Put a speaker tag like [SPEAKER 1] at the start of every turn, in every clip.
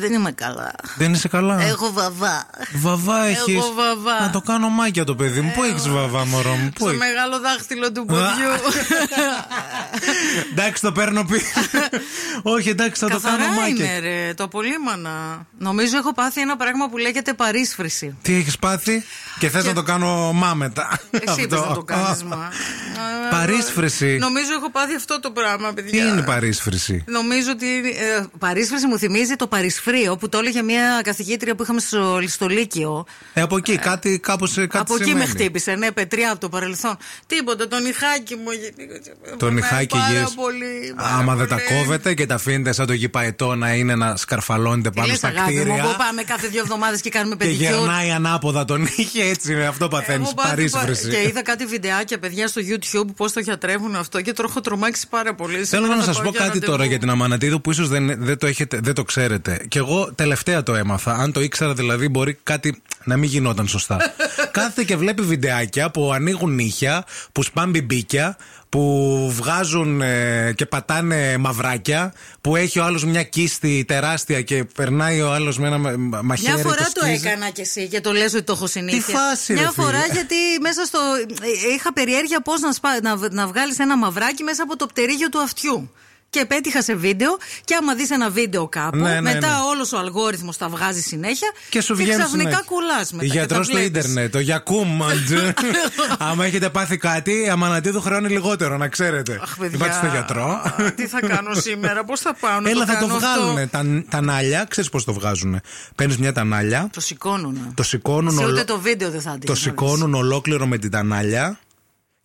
[SPEAKER 1] Δεν είμαι καλά.
[SPEAKER 2] Δεν είσαι καλά.
[SPEAKER 1] Έχω βαβά.
[SPEAKER 2] Βαβά έχει.
[SPEAKER 1] Έχω βαβά.
[SPEAKER 2] Να το κάνω μάγια το παιδί μου. Πού έχεις βαβά, μωρό μου. Πού
[SPEAKER 1] Στο
[SPEAKER 2] έχεις?
[SPEAKER 1] μεγάλο δάχτυλο του
[SPEAKER 2] Α.
[SPEAKER 1] ποδιού.
[SPEAKER 2] εντάξει, το παίρνω πίσω. Όχι, εντάξει, θα το κάνω
[SPEAKER 1] Καθαρά
[SPEAKER 2] μάγια.
[SPEAKER 1] είναι ρε, το απολύμανα. Νομίζω έχω πάθει ένα πράγμα που λέγεται παρίσφρηση.
[SPEAKER 2] Τι έχεις πάθει και θες να το κάνω μα μετά.
[SPEAKER 1] Εσύ είπες
[SPEAKER 2] Αυτό.
[SPEAKER 1] να το κάνεις μα. Ε,
[SPEAKER 2] Παρίσφρηση.
[SPEAKER 1] Νομίζω έχω πάθει αυτό το πράγμα,
[SPEAKER 2] Τι
[SPEAKER 1] παιδιά.
[SPEAKER 2] είναι η παρίσφρηση.
[SPEAKER 1] Νομίζω ότι. Ε, παρίσφρηση μου θυμίζει το παρισφρίο που το έλεγε μια καθηγήτρια που είχαμε στο, στο Λύκειο.
[SPEAKER 2] Ε, από εκεί, κάτι κάπως.
[SPEAKER 1] από εκεί με χτύπησε, ναι, πετριά από το παρελθόν. Τίποτα, τον Ιχάκη μου. γεννήκε-
[SPEAKER 2] Τον
[SPEAKER 1] με
[SPEAKER 2] Ιχάκη
[SPEAKER 1] Πάρα
[SPEAKER 2] γες.
[SPEAKER 1] πολύ. πάρα
[SPEAKER 2] Άμα δεν τα
[SPEAKER 1] πολύ.
[SPEAKER 2] κόβετε και τα αφήνετε σαν το γηπαετό να είναι να σκαρφαλώνετε
[SPEAKER 1] Τι
[SPEAKER 2] πάνω
[SPEAKER 1] Ε, λες,
[SPEAKER 2] στα
[SPEAKER 1] αγάπη μου, που
[SPEAKER 2] κτίρια.
[SPEAKER 1] πάμε κάθε δύο εβδομάδες και κάνουμε Ε,
[SPEAKER 2] Και
[SPEAKER 1] πεντηκιούρ.
[SPEAKER 2] γερνάει ανάποδα τον είχε έτσι, με αυτό παθαίνει.
[SPEAKER 1] Έχω πάθει
[SPEAKER 2] Παρίσφρηση.
[SPEAKER 1] πα- Και είδα κάτι βιντεάκια, παιδιά, στο YouTube πώς το γιατρεύουν αυτό και το έχω τρομάξει πάρα πολύ.
[SPEAKER 2] Θέλω
[SPEAKER 1] Σήμερα
[SPEAKER 2] να
[SPEAKER 1] θα
[SPEAKER 2] σας
[SPEAKER 1] πάω
[SPEAKER 2] πω
[SPEAKER 1] για
[SPEAKER 2] κάτι
[SPEAKER 1] ραντεβού.
[SPEAKER 2] τώρα για την Αμανατίδου που ίσως δεν, δεν, το έχετε, δεν το ξέρετε. Και εγώ τελευταία το έμαθα. Αν το ήξερα δηλαδή, μπορεί κάτι να μην γινόταν σωστά. Κάθεται και βλέπει βιντεάκια που ανοίγουν νύχια, που σπάν μπιμπίκια, που βγάζουν ε, και πατάνε μαυράκια, που έχει ο άλλος μια κίστη τεράστια και περνάει ο άλλος με ένα μα- μα- μαχαίρι.
[SPEAKER 1] Μια φορά το,
[SPEAKER 2] σκίζει.
[SPEAKER 1] έκανα κι εσύ και το λες ότι το έχω συνήθεια.
[SPEAKER 2] Τι φάση, ρε
[SPEAKER 1] Μια
[SPEAKER 2] φίλε.
[SPEAKER 1] φορά γιατί μέσα στο. ε, είχα περιέργεια πώς να, σπα... να, β- να βγάλεις ένα μαυράκι μέσα από το πτερίγιο του αυτιού. Και πέτυχα σε βίντεο και άμα δεις ένα βίντεο κάπου,
[SPEAKER 2] Ναι, ναι,
[SPEAKER 1] μετά
[SPEAKER 2] ναι.
[SPEAKER 1] όλος ο αλγόριθμος τα βγάζει συνέχεια
[SPEAKER 2] Και σου βγαίνει.
[SPEAKER 1] ξαφνικά
[SPEAKER 2] συνέχεια.
[SPEAKER 1] κουλάς μετά. και τα
[SPEAKER 2] Γιατρός στο
[SPEAKER 1] βλέπεις.
[SPEAKER 2] ίντερνετ, ο Γιακούμ. Μαντζέ. Άμα έχετε πάθει κάτι, η Αμανατίδου χρεώνει λιγότερο, να ξέρετε.
[SPEAKER 1] Αχ, παιδιά,
[SPEAKER 2] Πάτε στο γιατρό.
[SPEAKER 1] Τι θα κάνω σήμερα, πώς θα πάω να
[SPEAKER 2] Έλα, θα το
[SPEAKER 1] κάνω αυτό.
[SPEAKER 2] βγάλουν. Τα, τα νάλια, ξέρεις πώς το βγάζουν. Παίρνεις μια τανάλια,
[SPEAKER 1] Το σηκώνουν.
[SPEAKER 2] το σηκώνουν,
[SPEAKER 1] Σε
[SPEAKER 2] ολο-
[SPEAKER 1] ούτε το βίντεο δεν θα αντίχει.
[SPEAKER 2] το σηκώνουν ολόκληρο με την τανάλια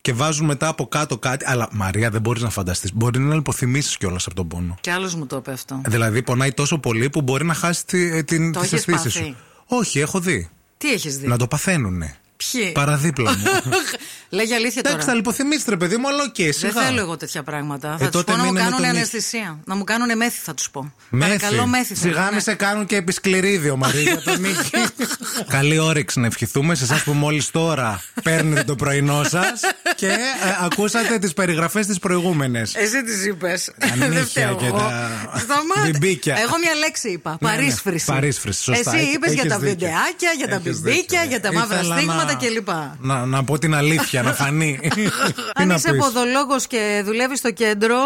[SPEAKER 2] και βάζουν μετά από κάτω κάτι. Αλλά Μαρία, δεν μπορείς να φανταστείς. Μπορεί να υποθυμίσει κιόλας από τον πόνο.
[SPEAKER 1] Κι άλλος μου το είπε αυτό.
[SPEAKER 2] Δηλαδή, πονάει τόσο πολύ που μπορεί να χάσει τη, την,
[SPEAKER 1] Το
[SPEAKER 2] τις
[SPEAKER 1] έχεις
[SPEAKER 2] αισθήσεις
[SPEAKER 1] πάθει?
[SPEAKER 2] σου. Όχι, έχω δει.
[SPEAKER 1] Τι έχεις δει.
[SPEAKER 2] Να το παθαίνουνε.
[SPEAKER 1] Ποιοι.
[SPEAKER 2] Παραδίπλα
[SPEAKER 1] Ε,
[SPEAKER 2] μου.
[SPEAKER 1] Λέγε αλήθεια τώρα.
[SPEAKER 2] Εντάξει, θα λιποθυμίσετε, ρε παιδί μου, αλλά οκ,
[SPEAKER 1] Δεν
[SPEAKER 2] σιγά.
[SPEAKER 1] θέλω εγώ τέτοια πράγματα. θα τους
[SPEAKER 2] τότε
[SPEAKER 1] πω να μου
[SPEAKER 2] μείνε με
[SPEAKER 1] κάνουν
[SPEAKER 2] τον
[SPEAKER 1] αναισθησία. Να μου κάνουν μέθη, θα τους πω.
[SPEAKER 2] Μέθη.
[SPEAKER 1] Παρακαλώ, μέθη. θέλω,
[SPEAKER 2] Σιγά
[SPEAKER 1] ναι.
[SPEAKER 2] μη σε κάνουν και επισκληρίδιο, Μαρία, για τον νίκη. Καλή όρεξη να ευχηθούμε σε εσάς που μόλις τώρα παίρνετε το πρωινό σας και ε, ακούσατε τις περιγραφές τις προηγούμενες.
[SPEAKER 1] Εσύ τις είπες. ναι.
[SPEAKER 2] νύχια
[SPEAKER 1] Δεν φταίω
[SPEAKER 2] και
[SPEAKER 1] εγώ.
[SPEAKER 2] τα
[SPEAKER 1] Σταμάτα.
[SPEAKER 2] μπιμπίκια.
[SPEAKER 1] Εγώ μια λέξη είπα.
[SPEAKER 2] Ναι, ναι.
[SPEAKER 1] Παρίσφρηση.
[SPEAKER 2] Παρίσφρηση, σωστά.
[SPEAKER 1] Εσύ
[SPEAKER 2] Έχ-
[SPEAKER 1] είπες για
[SPEAKER 2] έχεις
[SPEAKER 1] τα
[SPEAKER 2] δίκιο.
[SPEAKER 1] βιντεάκια, για τα
[SPEAKER 2] Έχεις
[SPEAKER 1] μπιμπίκια,
[SPEAKER 2] δίκιο.
[SPEAKER 1] για τα μαύρα
[SPEAKER 2] Ήθελα να-
[SPEAKER 1] στίγματα κλπ.
[SPEAKER 2] Να, να πω την αλήθεια, να φανεί. Τι
[SPEAKER 1] Αν
[SPEAKER 2] να
[SPEAKER 1] είσαι
[SPEAKER 2] πεις.
[SPEAKER 1] ποδολόγος και δουλεύεις στο κέντρο,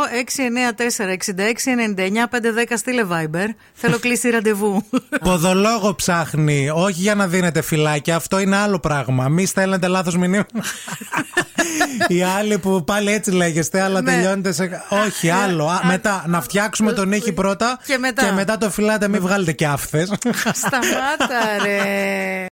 [SPEAKER 1] 694-6699-510 στείλε Viber. Θέλω κλείσει ραντεβού.
[SPEAKER 2] Ποδολόγο ψάχνει. Όχι για να δίνετε φυλάκια. Αυτό είναι άλλο πράγμα. Μη στέλνετε λάθος μηνύματα. Οι άλλοι που πάλι έτσι λέγεστε, αλλά
[SPEAKER 1] Ναι.
[SPEAKER 2] τελειώνετε σε. Όχι, άλλο. Α, μετά να φτιάξουμε τον ήχη πρώτα
[SPEAKER 1] Και μετά.
[SPEAKER 2] το φυλάτε. Μην βγάλετε και άφθες.
[SPEAKER 1] Σταμάτα, ρε.